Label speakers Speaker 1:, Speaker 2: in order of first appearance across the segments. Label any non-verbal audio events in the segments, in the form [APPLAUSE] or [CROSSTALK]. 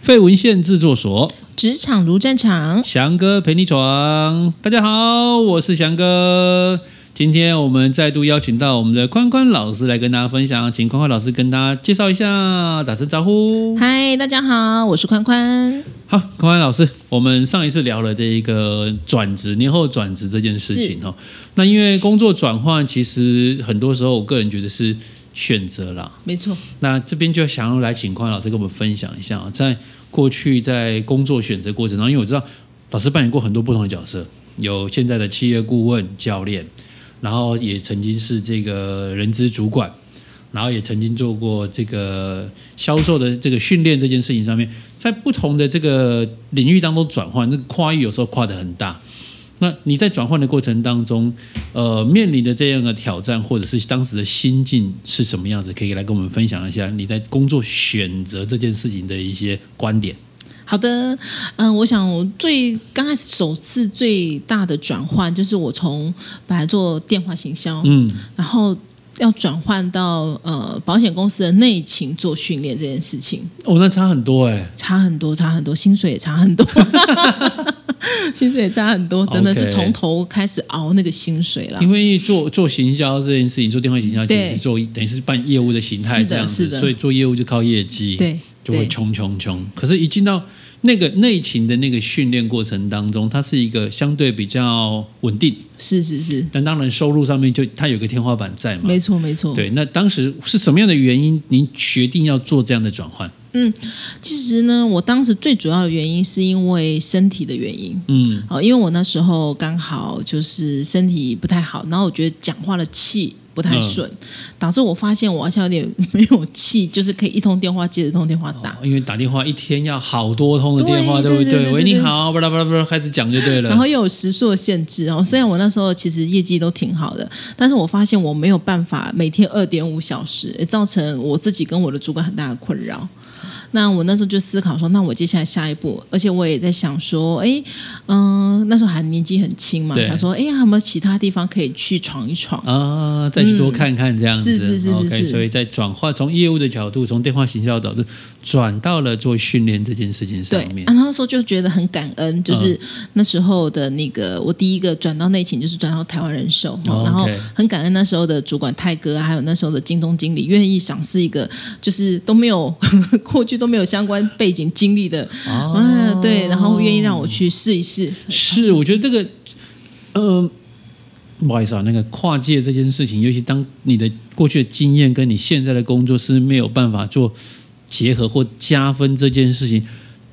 Speaker 1: 费文献制作所，
Speaker 2: 职场如战场，
Speaker 1: 翔哥陪你闯。大家好，我是翔哥。今天我们再度邀请到我们的宽宽老师来跟大家分享，请宽宽老师跟大家介绍一下，打声招呼。
Speaker 2: 嗨，大家好，我是宽宽。
Speaker 1: 好，宽宽老师，我们上一次聊了这一个转职年后转职这件事情哦。那因为工作转换，其实很多时候我个人觉得是选择啦，
Speaker 2: 没错，
Speaker 1: 那这边就想要来请匡老师跟我们分享一下啊，在过去在工作选择过程当中，因为我知道老师扮演过很多不同的角色，有现在的企业顾问、教练，然后也曾经是这个人资主管，然后也曾经做过这个销售的这个训练这件事情上面，在不同的这个领域当中转换，那个跨域有时候跨得很大。那你在转换的过程当中，呃，面临的这样的挑战，或者是当时的心境是什么样子？可以来跟我们分享一下你在工作选择这件事情的一些观点。
Speaker 2: 好的，嗯、我想我最刚开始首次最大的转换，就是我从本来做电话行销，
Speaker 1: 嗯，
Speaker 2: 然后要转换到呃保险公司的内勤做训练这件事情，
Speaker 1: 哦，那差很多哎、
Speaker 2: 差欸很多，差很多，薪水也差
Speaker 1: [LAUGHS]
Speaker 2: 很多。薪水也差很多，真的是
Speaker 1: OK
Speaker 2: 从头开始熬那个薪水了。
Speaker 1: 因为做做行销这件事情，做电话行销其实
Speaker 2: 对
Speaker 1: 是做等于是办业务的形态
Speaker 2: 是的
Speaker 1: 这样
Speaker 2: 是
Speaker 1: 子，
Speaker 2: 的
Speaker 1: 所以做业务就靠业绩，，
Speaker 2: 对，
Speaker 1: 就会
Speaker 2: 对
Speaker 1: 冲冲冲。可是，一进到那个内勤的那个训练过程当中，它是一个相对比较稳定，
Speaker 2: 是是是，
Speaker 1: 但当然收入上面就它有个天花板在嘛，
Speaker 2: 没错没错。
Speaker 1: 对，那当时是什么样的原因，您决定要做这样的转换？
Speaker 2: 其实呢，我当时最主要的原因是因为身体的原因。
Speaker 1: 嗯，
Speaker 2: 哦，因为我那时候刚好就是身体不太好，然后我觉得讲话的气不太顺，导致我发现我好像有点没有气，就是可以一通电话接着一通电话打。
Speaker 1: 啊因为打电话一天要好多通的
Speaker 2: 对
Speaker 1: 电话，对不
Speaker 2: 对对对
Speaker 1: 喂，
Speaker 2: 对
Speaker 1: 你好，巴拉巴拉巴拉，开始讲就对了。
Speaker 2: 然后又有时数的限制哦，虽然我那时候其实业绩都挺好的，但是我发现我没有办法每天二点五小时，也造成我自己跟我的主管很大的困扰。那我那时候就思考说，那我接下来下一步，而且我也在想说，哎，嗯、那时候还年纪很轻嘛，
Speaker 1: 对
Speaker 2: 想说，哎呀，有没有其他地方可以去闯一闯？
Speaker 1: 啊，再去多看看这样子。
Speaker 2: 是是是是
Speaker 1: OK，
Speaker 2: 是
Speaker 1: 所以在转换从业务的角度，从电话行销的角度，转到了做训练这件事情上
Speaker 2: 对，
Speaker 1: 面嗯
Speaker 2: 啊，。那时候就觉得很感恩，就是那时候的那个我第一个转到内勤，就是转到台湾人寿，
Speaker 1: 哦
Speaker 2: 然后
Speaker 1: OK
Speaker 2: 很感恩那时候的主管泰哥，啊还有那时候的京东经理愿意赏识一个就是都没有 [LAUGHS] 过去都没有相关背景经历的，
Speaker 1: 哦
Speaker 2: 嗯、对，然后愿意让我去试一试， [LAUGHS]
Speaker 1: [LAUGHS] 是，我觉得这个，呃，不好意思啊，那个跨界这件事情，尤其当你的过去的经验跟你现在的工作是没有办法做结合或加分这件事情，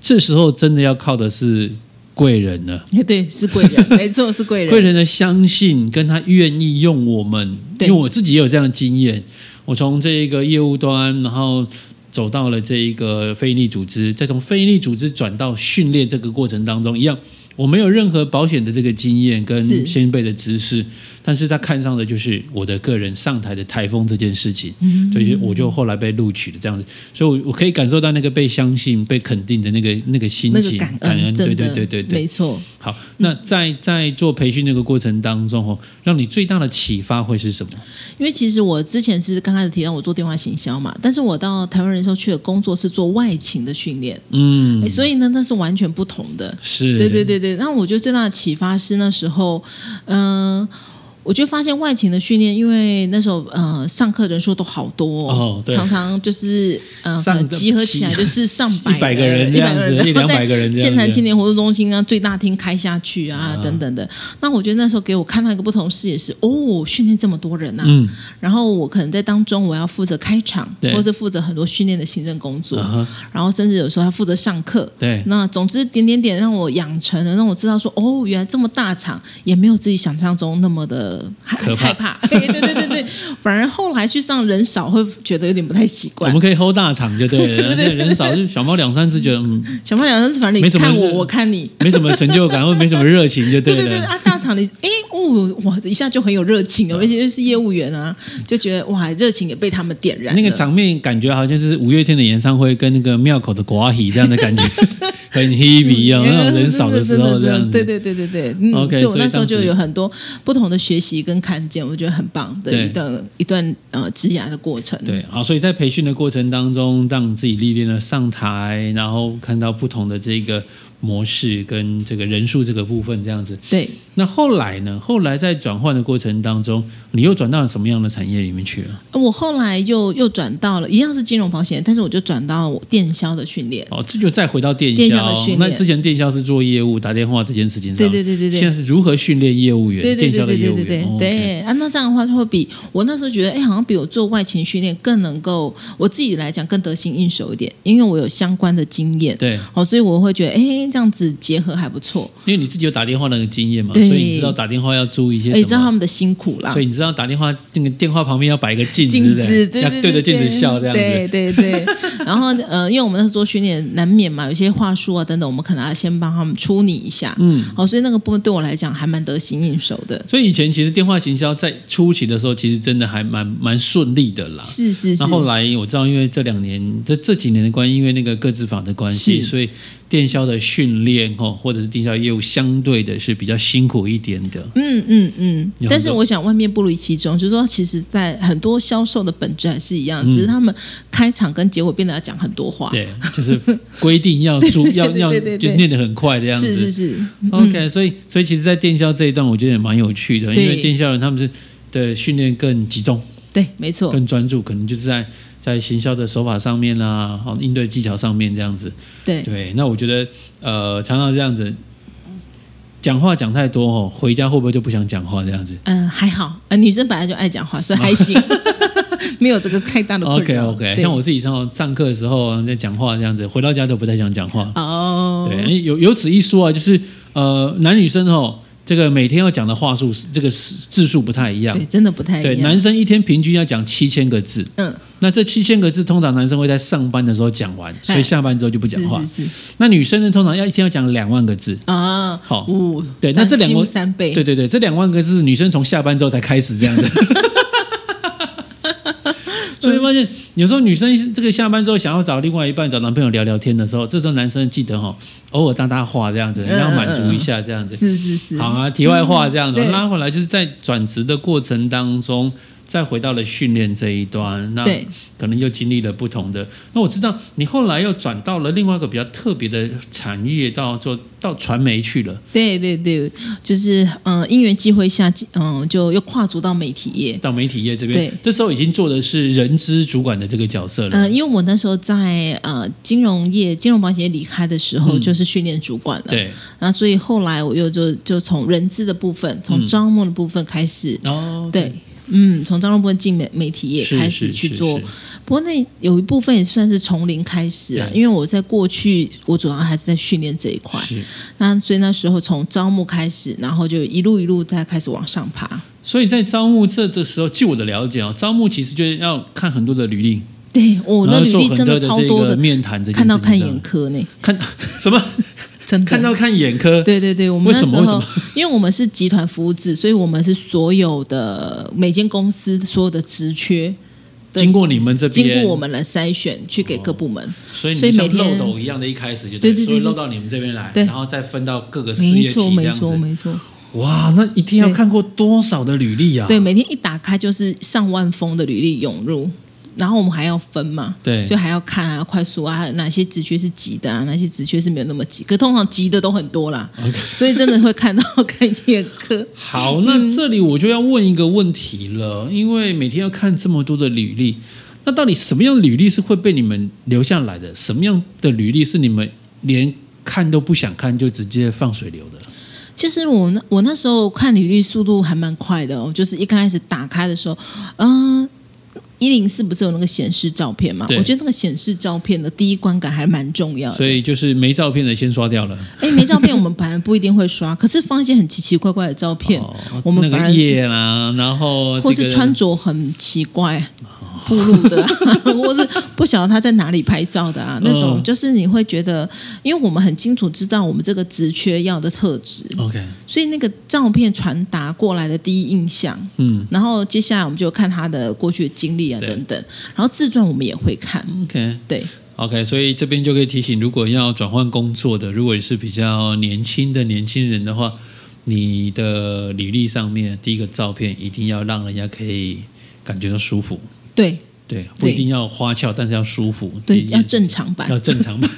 Speaker 1: 这时候真的要靠的是贵人了。
Speaker 2: 对，是贵人，没错，是贵人，
Speaker 1: 贵人的相信跟他愿意用我们，因
Speaker 2: 对
Speaker 1: 为我自己也有这样的经验，我从这一个业务端，然后走到了这一个非营利组织，再从非营利组织转到训练这个过程当中，一样，我没有任何保险的这个经验跟
Speaker 2: 是
Speaker 1: 先辈的知识，但是他看上的就是我的个人上台的台风这件事情，
Speaker 2: 嗯
Speaker 1: 所以就我就后来被录取了这样子，所以我我可以感受到那个被相信、被肯定的那个那个心
Speaker 2: 那个
Speaker 1: 情，
Speaker 2: 感
Speaker 1: 感
Speaker 2: 恩，
Speaker 1: 对
Speaker 2: 真
Speaker 1: 对
Speaker 2: 的，
Speaker 1: 对对对
Speaker 2: 没。错。
Speaker 1: 好，那在在做培训这个过程当中哦，让你最大的启发会是什么？
Speaker 2: 因为其实我之前是刚开始提到我做电话行销嘛，但是我到台湾人寿去的工作是做外勤的训练，
Speaker 1: 嗯，
Speaker 2: 哎，所以呢，那是完全不同的。
Speaker 1: 是，
Speaker 2: 对对，对对，那我觉得最大的启发是那时候，嗯、我就发现外勤的训练，因为那时候呃上课人数都好多
Speaker 1: 哦对
Speaker 2: 常常就是呃
Speaker 1: 上
Speaker 2: 可能集合起
Speaker 1: [LAUGHS]
Speaker 2: 来就是上百
Speaker 1: 一百个人这
Speaker 2: 一百
Speaker 1: 样
Speaker 2: 个
Speaker 1: 子，
Speaker 2: 人，
Speaker 1: 一
Speaker 2: 然
Speaker 1: 两
Speaker 2: 后
Speaker 1: 百
Speaker 2: 在
Speaker 1: 个人这样子。
Speaker 2: 健谈青年活动中心啊最大厅开下去啊等等的。那我觉得那时候给我看到一个不同视野是，哦，训练这么多人啊，
Speaker 1: 嗯，
Speaker 2: 然后我可能在当中我要负责开场，
Speaker 1: 对
Speaker 2: 或者负责很多训练的行政工作，
Speaker 1: 啊哈
Speaker 2: 然后甚至有时候要负责上课。
Speaker 1: 对
Speaker 2: 那总之点点点让我养成了，让我知道说，哦，原来这么大场也没有自己想象中那么的害
Speaker 1: 可怕
Speaker 2: 害怕。 [LAUGHS] 对对对对对，反而后来去上人少会觉得有点不太习
Speaker 1: 我
Speaker 2: 惯
Speaker 1: 们。可以 hold 大场就对了，那人少就小猫两三只，觉得嗯
Speaker 2: 小胖讲，反正
Speaker 1: 没
Speaker 2: 你
Speaker 1: 什么
Speaker 2: 看我，
Speaker 1: 事
Speaker 2: 我看你。
Speaker 1: 没什么成就感，或没什么热情就
Speaker 2: 对对对
Speaker 1: 了。
Speaker 2: 啊！大场里，哎，哦，哇，一下就很有热情哦，而且又是业务员啊，就觉得哇，热情也被他们点
Speaker 1: [LAUGHS]
Speaker 2: 燃了。
Speaker 1: 那个场面感觉好像是五月天的演唱会跟那个庙口的寡喜这样的感觉，很 heavy 一样，那种人少的时候
Speaker 2: 嗯真
Speaker 1: 这样子。
Speaker 2: 对对对对对，嗯
Speaker 1: OK，
Speaker 2: 所以我
Speaker 1: 所以
Speaker 2: 那时候
Speaker 1: 当时
Speaker 2: 就有很多不同的学习跟看见，我觉得很棒的
Speaker 1: 对
Speaker 2: 一段一段呃职涯的过程。
Speaker 1: 对，好，所以在培训的过程当中，让自己历练了上台，然后看到不同的这个模式跟这个人数这个部分这样子。
Speaker 2: 对，
Speaker 1: 那后来呢？后来在转换的过程当中，你又转到了什么样的产业里面去了？
Speaker 2: 我后来又又转到了一样是金融保险，但是我就转到我电销的训练。
Speaker 1: 哦，这就再回到电
Speaker 2: 电销
Speaker 1: 销
Speaker 2: 的训。练
Speaker 1: 那之前电销是做业务、打电话这件事情上，
Speaker 2: 对对对对对
Speaker 1: 现在是如何训练业务员？
Speaker 2: 对
Speaker 1: 电
Speaker 2: 对对
Speaker 1: 销的
Speaker 2: 对
Speaker 1: 业
Speaker 2: 对
Speaker 1: 务
Speaker 2: 对
Speaker 1: 员。
Speaker 2: 对
Speaker 1: 哦，OK
Speaker 2: 对啊，那这样的话就会比我那时候觉得，哎，好像比我做外勤训练更能够我自己来讲更得心应手一点，因为我有相关的经验。
Speaker 1: 对，
Speaker 2: 哦，所以我会觉得，哎，这样子结合还不错，
Speaker 1: 因为你自己有打电话的那个经验嘛，所
Speaker 2: 对
Speaker 1: 以你知道打电话要注意一些
Speaker 2: 哎，
Speaker 1: 什
Speaker 2: 知道他
Speaker 1: 么。
Speaker 2: 们的辛苦啦
Speaker 1: 所。以你知道打电话那个电话旁边要摆一个镜
Speaker 2: 镜
Speaker 1: 子，对不
Speaker 2: 子，
Speaker 1: 对
Speaker 2: 对
Speaker 1: 要
Speaker 2: 对
Speaker 1: 对着镜子笑这样
Speaker 2: 对
Speaker 1: 子。[LAUGHS]
Speaker 2: 对对。然后呃，因为我们那时候做训练，难免嘛，有些话术啊等等，我们可能要先帮他们处理一下。
Speaker 1: 嗯，
Speaker 2: 好，所以那个部分对我来讲还蛮得心应手的。
Speaker 1: 所以以前其实电话行销在初期的时候，其实真的还蛮蛮顺利的啦。
Speaker 2: 是是是
Speaker 1: 那。后来我知道，因为这两年这这几年的关系，因为那个各自法的关系，
Speaker 2: 是
Speaker 1: 所以电销的训练哦，或者是电销业务相对的是比较辛苦一点的。
Speaker 2: 嗯嗯嗯
Speaker 1: 有很多，
Speaker 2: 但是我想万变不离其宗，就是说，其实，在很多销售的本质还是一样，只是他们开场跟结尾变得要讲很多话。
Speaker 1: 嗯对，就是规定要
Speaker 2: [LAUGHS]
Speaker 1: 注要要
Speaker 2: 对对对对
Speaker 1: 就念得很快这样子。
Speaker 2: 是是是，
Speaker 1: OK，所以所以其实，在电销这一段，我觉得也蛮有趣的，因为
Speaker 2: 对
Speaker 1: 电销人他们是的训练更集中、
Speaker 2: 对，没错。
Speaker 1: 更专注，可能就是在在行销的手法上面啦，好应对技巧上面这样子。
Speaker 2: 对，
Speaker 1: 对，那我觉得呃，常常这样子讲话讲太多哦，回家会不会就不想讲话这样子
Speaker 2: 嗯、还好，呃，女生本来就爱讲话，所以还
Speaker 1: [LAUGHS]
Speaker 2: 行，没有这个太大的困
Speaker 1: ？OK
Speaker 2: 扰。
Speaker 1: OK，
Speaker 2: 对
Speaker 1: 像我自己上上课的时候啊，在讲话这样子，回到家都不太想讲话。
Speaker 2: 哦，
Speaker 1: 对，有有此一说啊，就是呃，男女生哦，这个每天要讲的话术是这个是字数不太一样
Speaker 2: 对，。真的不太一
Speaker 1: 对，
Speaker 2: 样。
Speaker 1: 男生一天平均要讲七千个字，
Speaker 2: 嗯，
Speaker 1: 那这七千个字通常男生会在上班的时候讲完，所以下班之后就不讲话。
Speaker 2: 哎是是是
Speaker 1: 那女生呢，通常要一天要讲两万个字。
Speaker 2: 啊，
Speaker 1: 好
Speaker 2: 五
Speaker 1: 对
Speaker 2: 三
Speaker 1: 那这两
Speaker 2: 几乎
Speaker 1: 个
Speaker 2: 三倍，
Speaker 1: 对对对，这两万个字，女生从下班之后才开始这样子。所以发现有时候女生这个下班之后想要找另外一半、找男朋友聊聊天的时候，这时候男生记得哦，偶尔搭搭话这样子，
Speaker 2: 嗯
Speaker 1: 你要满足一下这样子。
Speaker 2: 是是是，
Speaker 1: 好啊，题外话这样子
Speaker 2: 嗯对
Speaker 1: 拉回来，就是在转职的过程当中，再回到了训练这一端，那
Speaker 2: 对，
Speaker 1: 可能又经历了不同的。那我知道你后来又转到了另外一个比较特别的产业，到做到传媒去了。
Speaker 2: 对对对，就是嗯，因缘际会下，嗯，就又跨足到媒体业。
Speaker 1: 到媒体业这边
Speaker 2: 对，
Speaker 1: 这时候已经做的是人资主管的这个角色了。
Speaker 2: 嗯、因为我那时候在呃金融业、金融保险业离开的时候，就是训练主管了。，
Speaker 1: 嗯对，
Speaker 2: 那所以后来我又就就从人资的部分，
Speaker 1: 嗯
Speaker 2: 从招募的部分开始，
Speaker 1: 然后
Speaker 2: 对，嗯，从招募部分进媒媒体业
Speaker 1: 是
Speaker 2: 开
Speaker 1: 是
Speaker 2: 始去
Speaker 1: 是
Speaker 2: 做
Speaker 1: 是
Speaker 2: 不过那有一部分也算是从零开始了，
Speaker 1: 对
Speaker 2: 因为我在过去我主要还是在训练这一块，
Speaker 1: 是
Speaker 2: 那所以那时候从招募开始，然后就一路一路在开始往上爬。
Speaker 1: 所以在招募这的时候，据我的了解哦，招募其实就是要看很多的履历，
Speaker 2: 对我、
Speaker 1: 然
Speaker 2: 那
Speaker 1: 后
Speaker 2: 履
Speaker 1: 做
Speaker 2: 历
Speaker 1: 很
Speaker 2: 真
Speaker 1: 多
Speaker 2: 的
Speaker 1: 的
Speaker 2: 超
Speaker 1: 这
Speaker 2: 多
Speaker 1: 个
Speaker 2: 的，
Speaker 1: 面谈这件
Speaker 2: 看到
Speaker 1: 事
Speaker 2: 看
Speaker 1: 情上
Speaker 2: 眼。科呢，
Speaker 1: 看 [LAUGHS] 什
Speaker 2: [LAUGHS]
Speaker 1: 么？
Speaker 2: 真的
Speaker 1: 看到看眼科？
Speaker 2: 对对对，我们
Speaker 1: 为什么
Speaker 2: 那时
Speaker 1: 为什
Speaker 2: 候
Speaker 1: 么
Speaker 2: 因为我们是集团服务制，所以我们是所有的每间公司所有的职缺对
Speaker 1: 经过你们这边，
Speaker 2: 经过我，们来筛选去
Speaker 1: 哦
Speaker 2: 给各部门。
Speaker 1: 所以
Speaker 2: 所
Speaker 1: 你
Speaker 2: 以
Speaker 1: 像
Speaker 2: 每天
Speaker 1: 漏斗一样的，一开始就
Speaker 2: 对对对
Speaker 1: 所以漏
Speaker 2: 对
Speaker 1: 到你们这边来，
Speaker 2: 对
Speaker 1: 然后再分到各个事
Speaker 2: 没
Speaker 1: 呃业
Speaker 2: 错
Speaker 1: 体这
Speaker 2: 没
Speaker 1: 样
Speaker 2: 错
Speaker 1: 子。
Speaker 2: 没错，
Speaker 1: 哇，那一定要
Speaker 2: 对
Speaker 1: 看过多少的履历啊？
Speaker 2: 对，每天一打开就是上万封的履历涌入，然后我们还要分嘛，
Speaker 1: 对
Speaker 2: 就还要看啊，快速啊，哪些职缺是急的啊，哪些职缺是没有那么急，可通常急的都很多啦所以真的会看到看眼科。
Speaker 1: 好，
Speaker 2: 嗯
Speaker 1: 那这里我就要问一个问题了，因为每天要看这么多的履历，那到底什么样的履历是会被你们留下来的？什么样的履历是你们连看都不想看就直接放水流的？
Speaker 2: [LAUGHS] 其实我那我那时候看履历速度还蛮快的、哦，就是一刚开始打开的时候，嗯、一零四不是有那个显示照片嘛？
Speaker 1: 对
Speaker 2: 我觉得那个显示照片的第一观感还蛮重要的。
Speaker 1: 所以就是没照片的先刷掉了。
Speaker 2: 哎，没照片我们本来不一定会刷，可是放一些很奇奇怪怪的照片，
Speaker 1: 哦
Speaker 2: 我们
Speaker 1: 那个
Speaker 2: 反而
Speaker 1: 夜啦，然后、这个、
Speaker 2: 或是穿着很奇怪、暴露
Speaker 1: [LAUGHS]
Speaker 2: 的、啊，或是不晓得他在哪里拍照的啊，那种
Speaker 1: 嗯
Speaker 2: 就是你会觉得，因为我们很清楚知道我们这个职缺要的特质，
Speaker 1: OK，
Speaker 2: 所以那个照片传达过来的第一印象，
Speaker 1: 嗯
Speaker 2: 然后接下来我们就看他的过去的经历啊
Speaker 1: 对
Speaker 2: 等等，然后自传我们也会看，
Speaker 1: ，OK。
Speaker 2: 对
Speaker 1: OK，所以这边就可以提醒，如果要转换工作的，如果你是比较年轻的年轻人的话，你的履历上面第一个照片一定要让人家可以感觉到舒服，
Speaker 2: 对
Speaker 1: 对，不一
Speaker 2: 对
Speaker 1: 定要花俏，但是要舒服，
Speaker 2: 对，
Speaker 1: 第一
Speaker 2: 要正常 [LAUGHS] 版
Speaker 1: 要，正常版。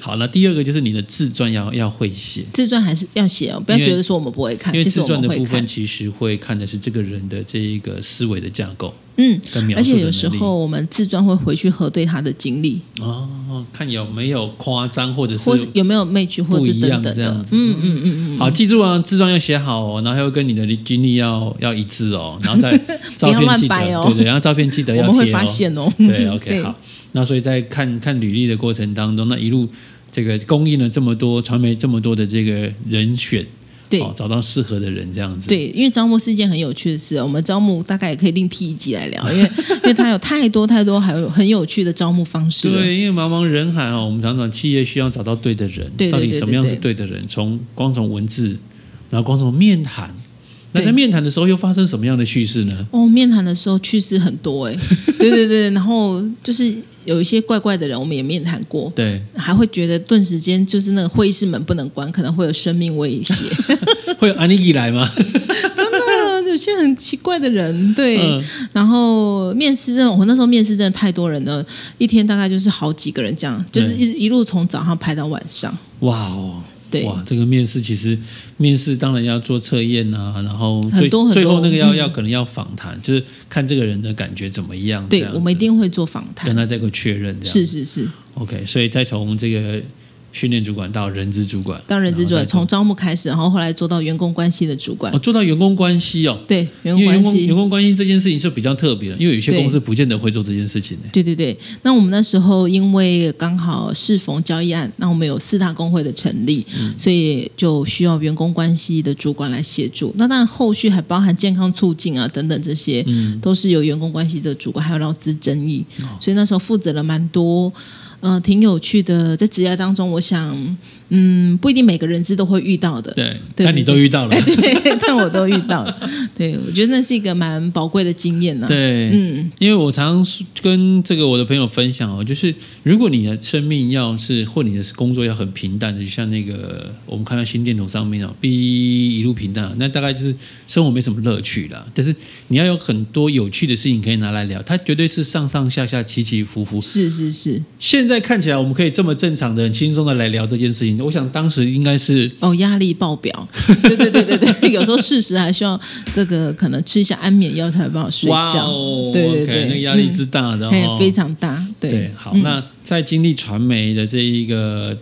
Speaker 1: 好，那第二个就是你的自传要要会写，
Speaker 2: 自传还是要写哦，不要
Speaker 1: 因为
Speaker 2: 觉得说我们不会看，
Speaker 1: 因为
Speaker 2: 其实
Speaker 1: 自
Speaker 2: 我
Speaker 1: 传
Speaker 2: 们
Speaker 1: 的
Speaker 2: 会
Speaker 1: 部
Speaker 2: 看
Speaker 1: 分。其实会看的是这个人的这一个思维的架构
Speaker 2: 嗯，
Speaker 1: 跟描
Speaker 2: 而
Speaker 1: 述的能
Speaker 2: 且
Speaker 1: 力。
Speaker 2: 有时候我们自传会回去核对他的经历，
Speaker 1: 哦，看有没有夸张或者是
Speaker 2: 或是有没有 match 或
Speaker 1: 不
Speaker 2: 者
Speaker 1: 一样
Speaker 2: 等等
Speaker 1: 这样
Speaker 2: 的。
Speaker 1: 子
Speaker 2: 嗯嗯嗯嗯，
Speaker 1: 好，记住啊，自传要写好哦，然后要跟你的经历要要一致哦，然后
Speaker 2: [LAUGHS]
Speaker 1: 再照片
Speaker 2: 乱
Speaker 1: 记得，
Speaker 2: 掰哦
Speaker 1: 对对，然后照片记得
Speaker 2: [LAUGHS] 我
Speaker 1: 要
Speaker 2: 们会
Speaker 1: 贴哦
Speaker 2: 发。现哦。
Speaker 1: 对，OK，
Speaker 2: 对
Speaker 1: 好。那所以在看看履历的过程当中，那一路这个供应了这么多传媒这么多的这个人选，
Speaker 2: 对
Speaker 1: 哦，找到适合的人这样子。，
Speaker 2: 对，因为招募是一件很有趣的事，我们招募大概也可以另辟一集来聊，因为 [LAUGHS] 因为它有太多太多还有很有趣的招募方式了。
Speaker 1: 对，因为茫茫人海哦，我们常常企业需要找到对的人，
Speaker 2: 对对
Speaker 1: 到底
Speaker 2: 对
Speaker 1: 什么
Speaker 2: 对
Speaker 1: 样是
Speaker 2: 对
Speaker 1: 对的人？从光从文字，然后光从面谈，那在
Speaker 2: 对
Speaker 1: 面谈的时候又发生什么样的叙事呢？
Speaker 2: 哦，面谈的时候趣事很多 [LAUGHS] 哎、对对对，然后就是有一些怪怪的人，我们也面谈过，
Speaker 1: 对，
Speaker 2: 还会觉得顿时间就是那个会议室门不能关，可能会有生命威胁，
Speaker 1: 会有安利以来吗？
Speaker 2: [LAUGHS] 真的有些很奇怪的人，对。
Speaker 1: 嗯
Speaker 2: 然后面试这种，我那时候面试真的太多人了，一天大概就是好几个人这样，就是一一路从早上排到晚上，
Speaker 1: 哇哦，
Speaker 2: 对
Speaker 1: 哇，这个面试其实面试当然要做测验啊，然后最
Speaker 2: 很多很多
Speaker 1: 最后那个要、
Speaker 2: 嗯
Speaker 1: 要可能要访谈，就是看这个人的感觉怎么样，这
Speaker 2: 对
Speaker 1: 样，子
Speaker 2: 我们一定会做访谈
Speaker 1: 跟，他再个确认，这样
Speaker 2: 是是是，
Speaker 1: OK，所以再从这个训练主管到人资主管，
Speaker 2: 当人资主
Speaker 1: 然后
Speaker 2: 管
Speaker 1: 再
Speaker 2: 从招募开始，然后后来做到员工关系的主管，
Speaker 1: 哦做到员工关系哦。
Speaker 2: 对员
Speaker 1: 因为
Speaker 2: 工
Speaker 1: 员
Speaker 2: 关
Speaker 1: 工
Speaker 2: 系
Speaker 1: 员，工关系这件事情是比较特别的，因为有些
Speaker 2: 对
Speaker 1: 公司不见得会做这件事情呢。
Speaker 2: 对对对，那我们那时候因为刚好适逢交易案，那我们有四大工会的成立，所以就需要员工关系的主管来协助。那当然后续还包含健康促进啊等等这些，都是由员工关系的主管，还有劳资争议，所以那时候负责了蛮多。呃，挺有趣的，在职业当中，我想，嗯，不一定每个人资都会遇到的，
Speaker 1: 对，
Speaker 2: 对
Speaker 1: 但你都遇到了，
Speaker 2: [LAUGHS] 对，但我都遇到了，对我觉得那是一个蛮宝贵的经验呢、
Speaker 1: 对，
Speaker 2: 嗯，
Speaker 1: 因为我常常跟这个我的朋友分享哦，就是如果你的生命要是或你的工作要很平淡的，就像那个我们看到心电图上面哦，哔一路平淡，那大概就是生活没什么乐趣啦。但是你要有很多有趣的事情可以拿来聊，它绝对是上上下下起起伏伏。
Speaker 2: 是是是，
Speaker 1: 现在看起来我们可以这么正常的、很轻松的来聊这件事情，我想当时应该是
Speaker 2: 哦，压力爆表， [LAUGHS] 对对对对对， [LAUGHS] 有时候事实还需要这个可能吃一下安眠药才有办法睡
Speaker 1: 哇
Speaker 2: 觉，
Speaker 1: 哦，
Speaker 2: 对对
Speaker 1: OK，
Speaker 2: 对，
Speaker 1: 那个压力之
Speaker 2: 嗯
Speaker 1: 大的、
Speaker 2: 嘿
Speaker 1: 哦，
Speaker 2: 非常大，对
Speaker 1: 对，好，
Speaker 2: 嗯
Speaker 1: 那在经历传媒的这一个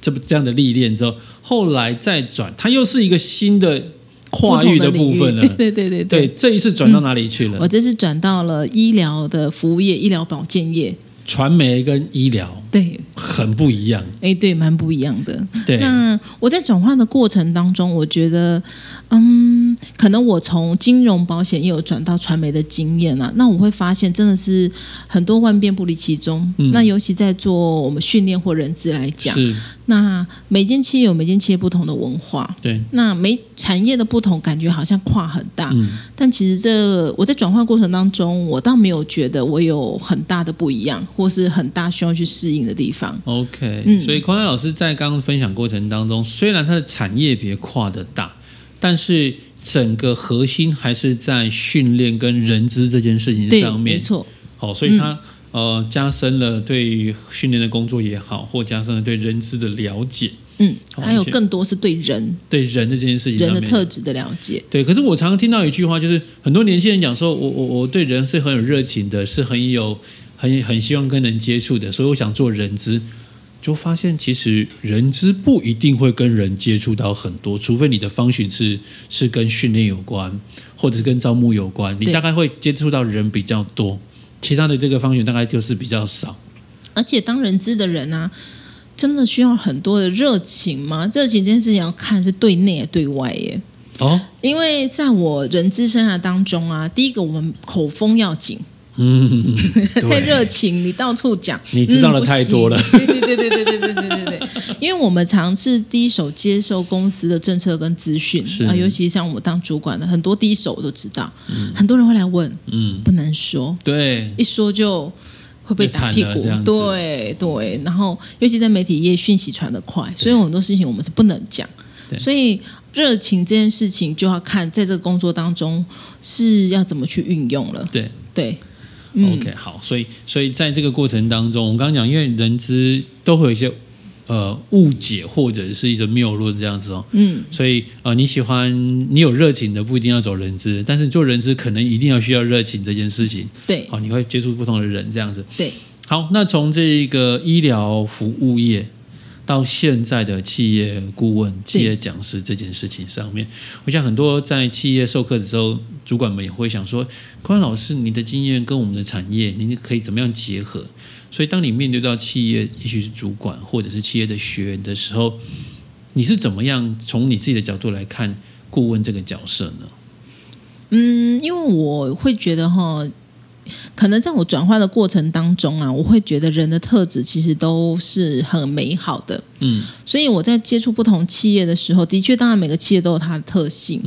Speaker 1: 这么这样的历练之后，后来再转，它又是一个新的跨域的部分了
Speaker 2: 不。同的领域对对对
Speaker 1: [LAUGHS]
Speaker 2: 嗯
Speaker 1: 对，
Speaker 2: 对。
Speaker 1: 这一次转到哪里去了？
Speaker 2: 我这次转到了医疗的服务业、医疗保健业，
Speaker 1: 传媒跟医疗
Speaker 2: 对，
Speaker 1: 很不一样。
Speaker 2: 哎，对，蛮不一样的。
Speaker 1: 对，
Speaker 2: 那我在转换的过程当中，我觉得，嗯，可能我从金融保险也有转到传媒的经验啊。那我会发现，真的是很多万变不离其宗。
Speaker 1: 嗯
Speaker 2: 那尤其在做我们训练或人资来讲，
Speaker 1: 是，
Speaker 2: 那每间企业有每间企业不同的文化。
Speaker 1: 对，
Speaker 2: 那每产业的不同，感觉好像跨很大，
Speaker 1: 嗯，
Speaker 2: 但其实这我在转换过程当中，我倒没有觉得我有很大的不一样，或是很大需要去适应的地方。
Speaker 1: OK，、
Speaker 2: 嗯
Speaker 1: 所以匡安老师在刚刚分享过程当中，虽然他的产业别跨得大，但是整个核心还是在训练跟人资这件事情
Speaker 2: 对，
Speaker 1: 上
Speaker 2: 没
Speaker 1: 面。
Speaker 2: 错，
Speaker 1: 好、所以
Speaker 2: 嗯
Speaker 1: 他、呃加深了对于训练的工作也好，或加深了对人资的了解，
Speaker 2: 嗯，
Speaker 1: 好
Speaker 2: 还有
Speaker 1: 谢谢
Speaker 2: 更多是对人
Speaker 1: 对人的这件事情
Speaker 2: 人的
Speaker 1: 上面
Speaker 2: 特质的了解。
Speaker 1: 对，可是我常常听到一句话，就是很多年轻人讲说，我我我对人是很有热情的，是很有很很希望跟人接触的，所以我想做人资，就发现其实人资不一定会跟人接触到很多，除非你的方寻是是跟训练有关，或者是跟招募有关，你
Speaker 2: 对
Speaker 1: 大概会接触到人比较多，其他的这个方寻大概就是比较少。
Speaker 2: 而且当人资的人啊，真的需要很多的热情吗？热情这件事情要看是对内还是对外耶。
Speaker 1: 哦，
Speaker 2: 因为在我人资生涯当中啊，第一个我们口风要紧， [LAUGHS]
Speaker 1: 嗯，
Speaker 2: 太
Speaker 1: 对，
Speaker 2: 热情，你到处讲，
Speaker 1: [LAUGHS] 你知道
Speaker 2: 嗯
Speaker 1: 了
Speaker 2: 不
Speaker 1: 太
Speaker 2: 行
Speaker 1: 多了
Speaker 2: 对对对对对对对对对对，因为我们常是第一手接受公司的政策跟资讯
Speaker 1: 是
Speaker 2: 啊，尤其像我当主管的，很多第一手我都知道，很多人会来问，
Speaker 1: 嗯，
Speaker 2: 不能说，
Speaker 1: 对，
Speaker 2: 一说就。会被打屁
Speaker 1: 被铲
Speaker 2: 股
Speaker 1: 了这样。子
Speaker 2: 对对，然后尤其在媒体业，讯息传得快，所以很多事情我们是不能讲
Speaker 1: 对。
Speaker 2: 所以热情这件事情就要看在这个工作当中是要怎么去运用了。
Speaker 1: 对
Speaker 2: 对，嗯
Speaker 1: OK，好，所以所以在这个过程当中，我们刚刚讲，因为人资都会有一些呃误解或者是一种谬论这样子哦，
Speaker 2: 嗯，
Speaker 1: 所以呃你喜欢你有热情的不一定要走人资，但是做人资可能一定要需要热情这件事情，
Speaker 2: 对
Speaker 1: 好，你会接触不同的人这样子。
Speaker 2: 对，
Speaker 1: 好，那从这个医疗服务业到现在的企业顾问、企业讲师这件事情上面，我想很多在企业授课的时候，主管们也会想说：宽老师，你的经验跟我们的产业，你可以怎么样结合？所以，当你面对到企业，也许是主管或者是企业的学员的时候，你是怎么样从你自己的角度来看顾问这个角色呢？
Speaker 2: 嗯，因为我会觉得哈，可能在我转换的过程当中啊，我会觉得人的特质其实都是很美好的。
Speaker 1: 嗯，
Speaker 2: 所以我在接触不同企业的时候，的确，当然每个企业都有它的特性，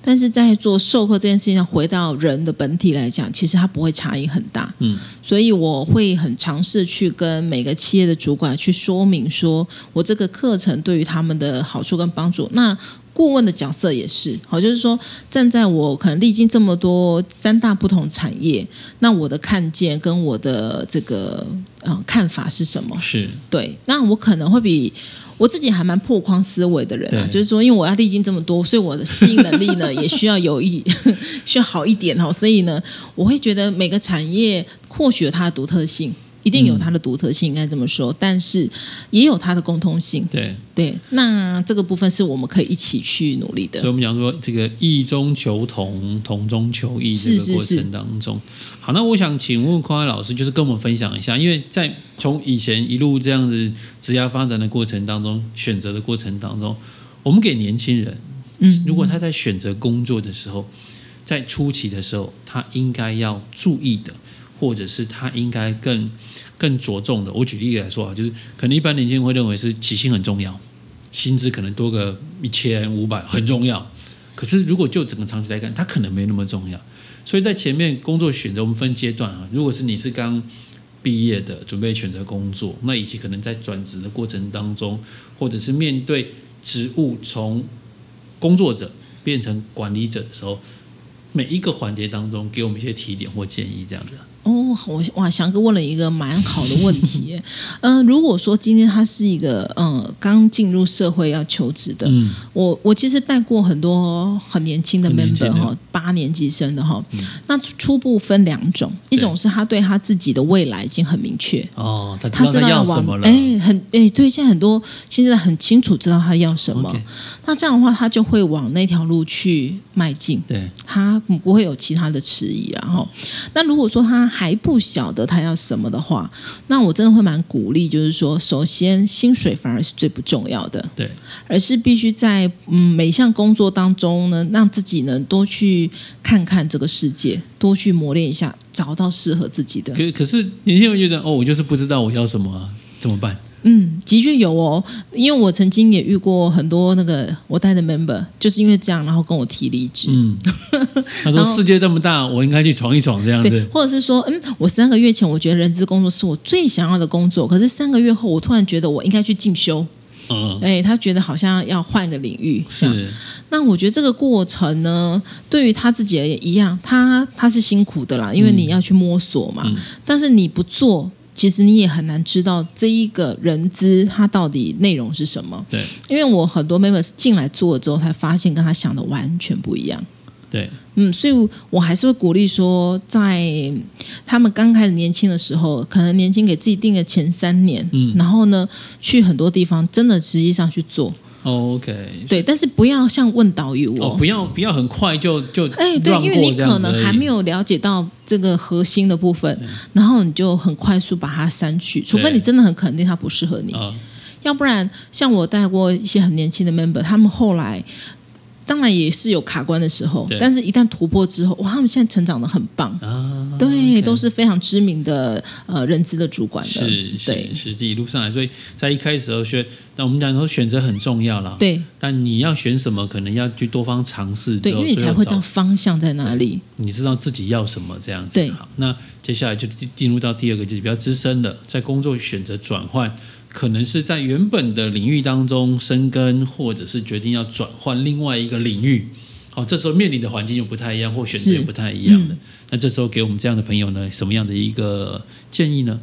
Speaker 2: 但是在做授课这件事情上，回到人的本体来讲，其实它不会差异很大，
Speaker 1: 嗯，
Speaker 2: 所以我会很尝试去跟每个企业的主管去说明说，我这个课程对于他们的好处跟帮助。那顾问的角色也是好，就是说站在我可能历经这么多三大不同产业，那我的看见跟我的这个呃看法是什么？
Speaker 1: 是
Speaker 2: 对，那我可能会比我自己还蛮破框思维的人啊，
Speaker 1: 对
Speaker 2: 就是说，因为我要历经这么多，所以我的适应能力呢也需要有一 [LAUGHS] 需要好一点哦。所以呢，我会觉得每个产业或许有它的独特性，一定有它的独特性，应该这么说，但是也有它的共通性。
Speaker 1: 对。
Speaker 2: 对，那这个部分是我们可以一起去努力
Speaker 1: 所以
Speaker 2: 的。
Speaker 1: 我们讲说这个异中求同，同中求异这
Speaker 2: 是
Speaker 1: 个过
Speaker 2: 是是
Speaker 1: 程当中，好，那我想请问匡安老师，就是跟我们分享一下，因为在从以前一路这样子职业发展的过程当中，选择的过程当中，我们给年轻人，
Speaker 2: 嗯，
Speaker 1: 如果他在选择工作的时候，在初期的时候，他应该要注意的，或者是他应该更更着重的。我举例来说啊，就是可能一般年轻人会认为是起薪很重要，薪资可能多个一千五百很重要。可是如果就整个长期来看，它可能没那么重要。所以在前面工作选择，我们分阶段啊。如果是你是刚毕业的，准备选择工作，那以及可能在转职的过程当中，或者是面对职务从工作者变成管理者的时候，每一个环节当中给我们一些提点或建议，这样子。
Speaker 2: 哦，我哇，翔哥问了一个蛮好的问题耶。嗯、如果说今天他是一个呃刚进入社会要求职的，
Speaker 1: 嗯，
Speaker 2: 我我其实带过很多很年轻的
Speaker 1: 很年轻
Speaker 2: member
Speaker 1: 的嗯
Speaker 2: 哈，八年级生的哈。那初步分两种，一种是他对他自己的未来已经很明确，
Speaker 1: 哦，他知
Speaker 2: 他
Speaker 1: 道
Speaker 2: 知
Speaker 1: 他
Speaker 2: 道
Speaker 1: 要
Speaker 2: 往
Speaker 1: 什么了。
Speaker 2: 哎，很哎，对，现在很多现在很清楚知道他要什么。
Speaker 1: OK，
Speaker 2: 那这样的话，他就会往那条路去迈进。
Speaker 1: 对，
Speaker 2: 他不会有其他的迟疑啊，然后，那如果说他还不晓得他要什么的话，那我真的会蛮鼓励，就是说，首先薪水反而是最不重要的，
Speaker 1: 对，
Speaker 2: 而是必须在嗯每一项工作当中呢，让自己呢多去看看这个世界，多去磨练一下，找到适合自己的。
Speaker 1: 可可是年轻人觉得，哦，我就是不知道我要什么啊、怎么办？
Speaker 2: 嗯，的确有哦，因为我曾经也遇过很多那个我带的 member，就是因为这样，然后跟我提离职。
Speaker 1: 嗯，他说世界这么大，我应该去闯一闯这样
Speaker 2: 对
Speaker 1: 子，。
Speaker 2: 或者是说，嗯，我三个月前我觉得人资工作是我最想要的工作，可是三个月后我突然觉得我应该去进修，
Speaker 1: 嗯，
Speaker 2: 哎，他觉得好像要换个领域。这样，
Speaker 1: 是，
Speaker 2: 那我觉得这个过程呢，对于他自己也一样，他他是辛苦的啦，因为你要去摸索嘛，
Speaker 1: 嗯
Speaker 2: 但是你不做。其实你也很难知道这一个人资他到底内容是什么，
Speaker 1: 对
Speaker 2: 因为我很多 members 进来做了之后，才发现跟他想的完全不一样。
Speaker 1: 对，
Speaker 2: 嗯，所以我还是会鼓励说，在他们刚开始年轻的时候，可能年轻给自己定个前三年，
Speaker 1: 嗯
Speaker 2: 然后呢，去很多地方真的实际上去做，
Speaker 1: 哦，OK，
Speaker 2: 对，但是不要像问导游
Speaker 1: 哦，不要不要很快就就
Speaker 2: 哎，对，
Speaker 1: 让
Speaker 2: 因为
Speaker 1: 过
Speaker 2: 你
Speaker 1: 这样
Speaker 2: 可能
Speaker 1: 子而已
Speaker 2: 还没有了解到这个核心的部分，然后你就很快速把它删去，除非
Speaker 1: 对
Speaker 2: 你真的很肯定它不适合你，
Speaker 1: 啊，
Speaker 2: 要不然像我带过一些很年轻的 member，他们后来。当然也是有卡关的时候
Speaker 1: 对，
Speaker 2: 但是一旦突破之后，哇，他们现在成长的很棒，
Speaker 1: 啊，
Speaker 2: 对
Speaker 1: OK
Speaker 2: 都是非常知名的呃人资的主管的，
Speaker 1: 是
Speaker 2: 对
Speaker 1: 是是这一路上来，所以在一开始的时候选，那我们讲说选择很重要啦。
Speaker 2: 对
Speaker 1: 但你要选什么，可能要去多方尝试之
Speaker 2: 对，
Speaker 1: 后，
Speaker 2: 因为你
Speaker 1: 最后
Speaker 2: 才会
Speaker 1: 找
Speaker 2: 知道方向在哪里，
Speaker 1: 你知道自己要什么这样子。
Speaker 2: 对
Speaker 1: 好，那接下来就进进入到第二个，就是比较资深的，在工作选择转换，可能是在原本的领域当中生根，或者是决定要转换另外一个领域。好，这时候面临的环境又不太一样，或选择
Speaker 2: 是
Speaker 1: 也不太一样
Speaker 2: 嗯
Speaker 1: 的。那这时候给我们这样的朋友呢，什么样的一个建议呢？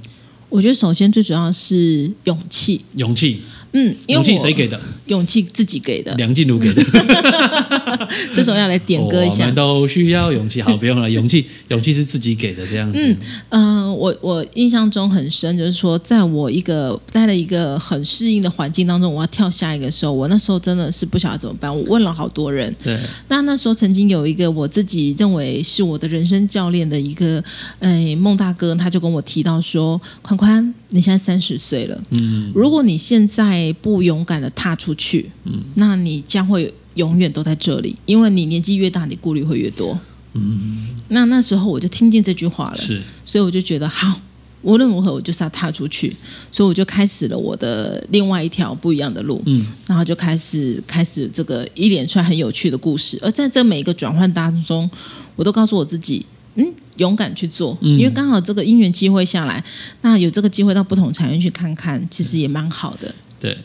Speaker 2: 我觉得首先最主要是勇气，
Speaker 1: 勇气，
Speaker 2: 嗯，因
Speaker 1: 勇
Speaker 2: 为我
Speaker 1: 气谁？给的？
Speaker 2: 勇气自己给的，
Speaker 1: 梁静茹给的。哦
Speaker 2: 这时候要来 [LAUGHS] 点歌一
Speaker 1: 我
Speaker 2: 下
Speaker 1: 们。都需要勇气。好，不用了，勇气，勇气是自己给的这样子。
Speaker 2: 嗯、我我印象中很深，就是说，在我一个在了一个很适应的环境当中，我要跳下一个的时候，我那时候真的是不晓得怎么办。我问了好多人，
Speaker 1: 对，
Speaker 2: 那那时候曾经有一个我自己认为是我的人生教练的一个，哎，孟大哥，他就跟我提到说，宽宽，你现在三十岁了，
Speaker 1: 嗯，
Speaker 2: 如果你现在不勇敢的踏出去，嗯，那你将会永远都在这里，因为你年纪越大，你顾虑会越多，嗯，那那时候我就听见这句话了，
Speaker 1: 是
Speaker 2: 所以我就觉得好，无论如何我就是要踏出去，所以我就开始了我的另外一条不一样的路，
Speaker 1: 嗯，
Speaker 2: 然后就开始开始这个一连串很有趣的故事，而在这每一个转换当中，我都告诉我自己。嗯，勇敢去做，
Speaker 1: 嗯
Speaker 2: 因为刚好这个因缘机会下来，那有这个机会到不同产业去看看，其实也蛮好的。
Speaker 1: 对。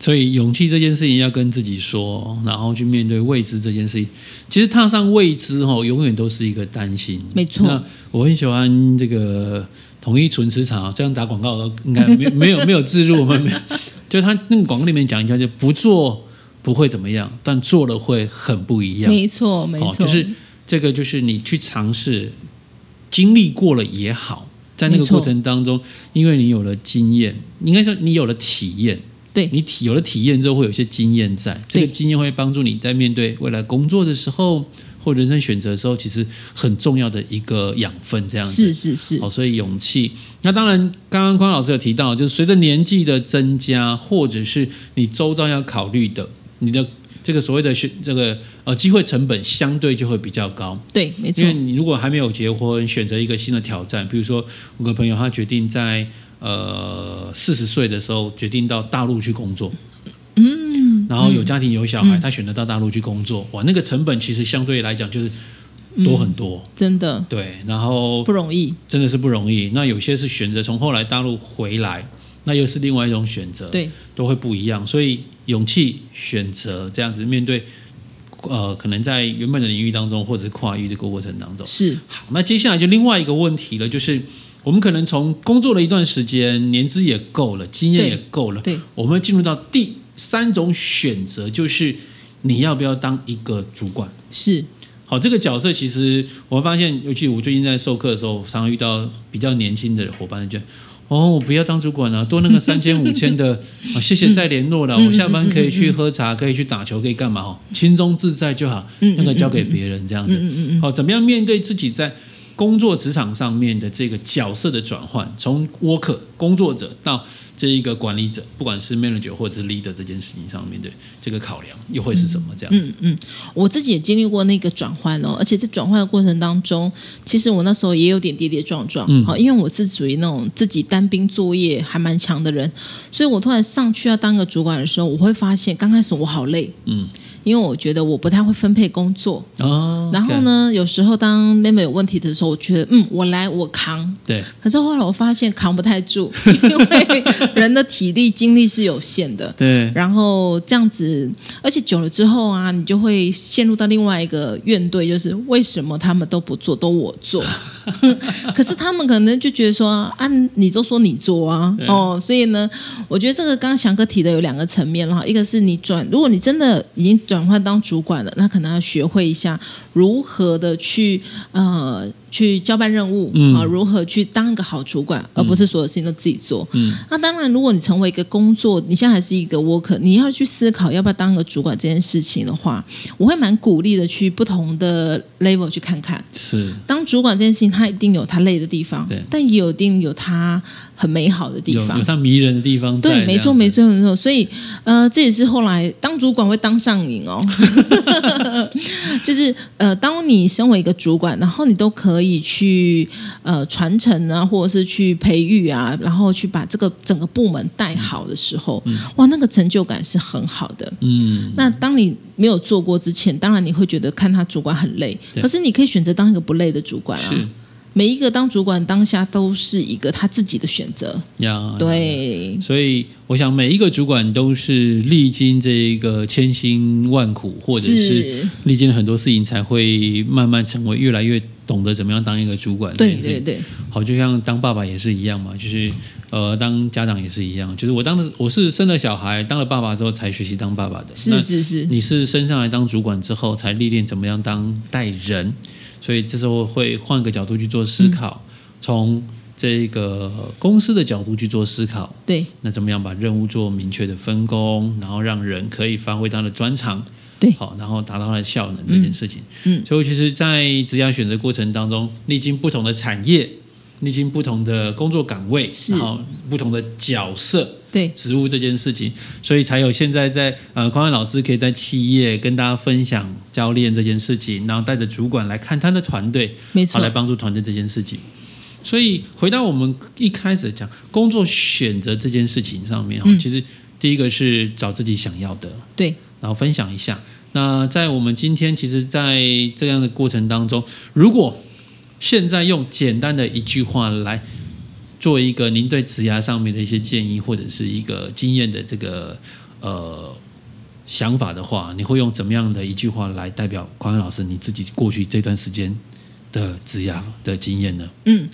Speaker 1: 所以勇气这件事情要跟自己说，然后去面对未知这件事情。其实踏上未知哦，永远都是一个担心。
Speaker 2: 没错
Speaker 1: 那我很喜欢这个统一纯磁场，这样打广告应该没 [LAUGHS] 没有没有置入我们没有。就他那个广告里面讲一下，就不做不会怎么样，但做了会很不一样。
Speaker 2: 没错，没
Speaker 1: 哦，
Speaker 2: 错，
Speaker 1: 就是这个，就是你去尝试，经历过了也好，在那个
Speaker 2: 没错
Speaker 1: 过程当中，因为你有了经验，应该说你有了体验，
Speaker 2: 对
Speaker 1: 你体有了体验之后，会有一些经验在，这个
Speaker 2: 对
Speaker 1: 经验会帮助你在面对未来工作的时候或人生选择的时候，其实很重要的一个养分，这样子。
Speaker 2: 是是是
Speaker 1: 好，，所以勇气。那当然，刚刚匡老师有提到，就是随着年纪的增加，或者是你周遭要考虑的，你的这个所谓的选这个呃机会成本相对就会比较高。
Speaker 2: 对，没错
Speaker 1: 因为，你如果还没有结婚，选择一个新的挑战，比如说我有个朋友他决定在呃四十岁的时候决定到大陆去工作，嗯，然后有家庭有小
Speaker 2: 嗯
Speaker 1: 孩，他选择到大陆去工作，哇，那个成本其实相对来讲就是多很多，
Speaker 2: 真的
Speaker 1: 对，然后
Speaker 2: 不容易。
Speaker 1: 真的是不容易。那有些是选择从后来大陆回来，那又是另外一种选择，
Speaker 2: 对，
Speaker 1: 都会不一样。所以勇气选择这样子面对，呃，可能在原本的领域当中，或者是跨域这个过程当中。
Speaker 2: 是
Speaker 1: 好，那接下来就另外一个问题了，就是我们可能从工作了一段时间，年资也够了，经验也够了，
Speaker 2: 对，
Speaker 1: 我们进入到第三种选择，就是你要不要当一个主管。
Speaker 2: 是
Speaker 1: 好，这个角色其实我发现，尤其我最近在授课的时候，常常遇到比较年轻的伙伴就。哦，我不要当主管了、多那个三千五千的，啊，谢谢再联络了。我下班可以去喝茶，可以去打球，可以干嘛哦，轻松自在就好。那个交给别人这样
Speaker 2: 嗯
Speaker 1: 子。好，怎么样面对自己在工作职场上面的这个角色的转换，从 worker 工作者到这一个管理者，不管是 manager 或者是 leader 这件事情上面的这个考量，又会是什么这样子？
Speaker 2: 我自己也经历过那个转换哦，而且在转换的过程当中，其实我那时候也有点跌跌撞撞，好、因为我是属于那种自己单兵作业还蛮强的人，所以我突然上去要当个主管的时候，我会发现刚开始我好累，
Speaker 1: 嗯，
Speaker 2: 因为我觉得我不太会分配工作，
Speaker 1: 哦，
Speaker 2: 嗯然后？呢，有时候当妹妹有问题的时候，我觉得嗯，我来我扛，
Speaker 1: 对，
Speaker 2: 可是后来我发现扛不太住，因为人的体力精力是有限的，
Speaker 1: 对，
Speaker 2: 然后这样子，而且久了之后啊，你就会陷入到另外一个怨怼，就是为什么他们都不做，都我做。
Speaker 1: [LAUGHS]
Speaker 2: 可是他们可能就觉得说啊，你都说你做啊，哦，所以呢，我觉得这个刚刚翔哥提的有两个层面哈，一个是你转，如果你真的已经转换当主管了，那可能要学会一下如何的去呃去交办任务，
Speaker 1: 嗯
Speaker 2: 啊，如何去当一个好主管，而不是所有事情都自己做。
Speaker 1: 嗯，
Speaker 2: 那当然，如果你成为一个工作，你现在还是一个 worker，你要去思考要不要当个主管这件事情的话，我会蛮鼓励的去不同的 level 去看看。
Speaker 1: 是
Speaker 2: 当主管这件事情，它一定有它累的地方
Speaker 1: 对，
Speaker 2: 但也有一定有它很美好的地
Speaker 1: 有
Speaker 2: 方
Speaker 1: 有。它迷人的地方在。
Speaker 2: 对，没错，没。错，没错。所以，呃，这也是后来当主管会当上瘾
Speaker 1: [LAUGHS]
Speaker 2: 哦， [LAUGHS] 就是呃，当你身为一个主管，然后你都可以去呃传承啊，或者是去培育啊，然后去把这个整个部门带好的时候，哇，那个成就感是很好的。
Speaker 1: 嗯，
Speaker 2: 那当你没有做过之前，当然你会觉得看他主管很累，
Speaker 1: 对
Speaker 2: 可是你可以选择当一个不累的主管啊。
Speaker 1: 是
Speaker 2: 每一个当主管当下都是一个他自己的选择，
Speaker 1: 呀，
Speaker 2: 对。
Speaker 1: 所以，我想每一个主管都是历经这一个千辛万苦，或者是
Speaker 2: 是
Speaker 1: 历经了很多事情，才会慢慢成为越来越懂得怎么样当一个主管。
Speaker 2: 对对。对，
Speaker 1: 好，就像当爸爸也是一样嘛，就是呃，当家长也是一样，就是我当了我是生了小孩，当了爸爸之后才学习当爸爸的。那
Speaker 2: 是是是，
Speaker 1: 你是升上来当主管之后，才历练怎么样当带人，所以这时候会换个角度去做思考，
Speaker 2: 嗯
Speaker 1: 从这个公司的角度去做思考，
Speaker 2: 对
Speaker 1: 那怎么样把任务做明确的分工，然后让人可以发挥他的专长，
Speaker 2: 对
Speaker 1: 好，然后达到他的效能这件事情。
Speaker 2: 嗯
Speaker 1: 所以其实，在职涯选择过程当中，历经不同的产业，历经不同的工作岗位，
Speaker 2: 是
Speaker 1: 然后不同的角色，
Speaker 2: 对，
Speaker 1: 职务这件事情，所以才有现在在呃匡安老师可以在企业跟大家分享教练这件事情，然后带着主管来看他的团队，
Speaker 2: 没
Speaker 1: 好
Speaker 2: 错
Speaker 1: 来，帮助团队这件事情。所以回到我们一开始讲工作选择这件事情上面，哈，
Speaker 2: 嗯
Speaker 1: 其实第一个是找自己想要的，
Speaker 2: 对，
Speaker 1: 然后分享一下。那在我们今天，其实，在这样的过程当中，如果现在用简单的一句话来做一个您对职涯上面的一些建议，或者是一个经验的这个呃想法的话，你会用怎么样的一句话来代表匡安老师你自己过去这段时间的职涯的经验呢？
Speaker 2: 嗯，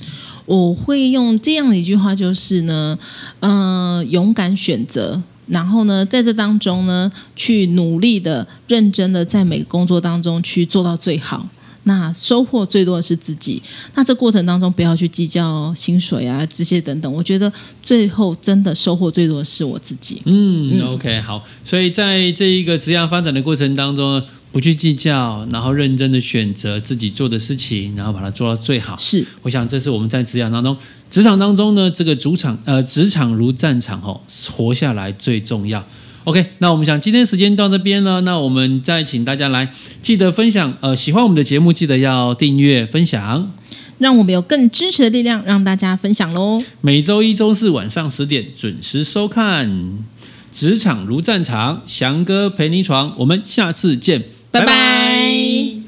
Speaker 2: 我会用这样的一句话，就是呢，呃，勇敢选择。然后呢，在这当中呢，去努力的、认真的，在每个工作当中去做到最好。那收获最多的是自己。那这过程当中，不要去计较薪水啊这些等等。我觉得最后真的收获最多的是我自己。
Speaker 1: 嗯 o k 好，所以在这一个职业发展的过程当中呢，不去计较，然后认真的选择自己做的事情，然后把它做到最好。
Speaker 2: 是
Speaker 1: 我想这是我们在职场当中，职场当中呢，这个主场呃，职场如战场哦，活下来最重要。OK，那我们想今天时间到这边了，那我们再请大家来记得分享，呃，喜欢我们的节目记得要订阅分享。
Speaker 2: 让我们有更支持的力量，让大家分享喽。
Speaker 1: 每周一、周四晚上十点准时收看《职场如战场》，翔哥陪你闯，我们下次见，拜
Speaker 2: 拜
Speaker 1: 拜
Speaker 2: 拜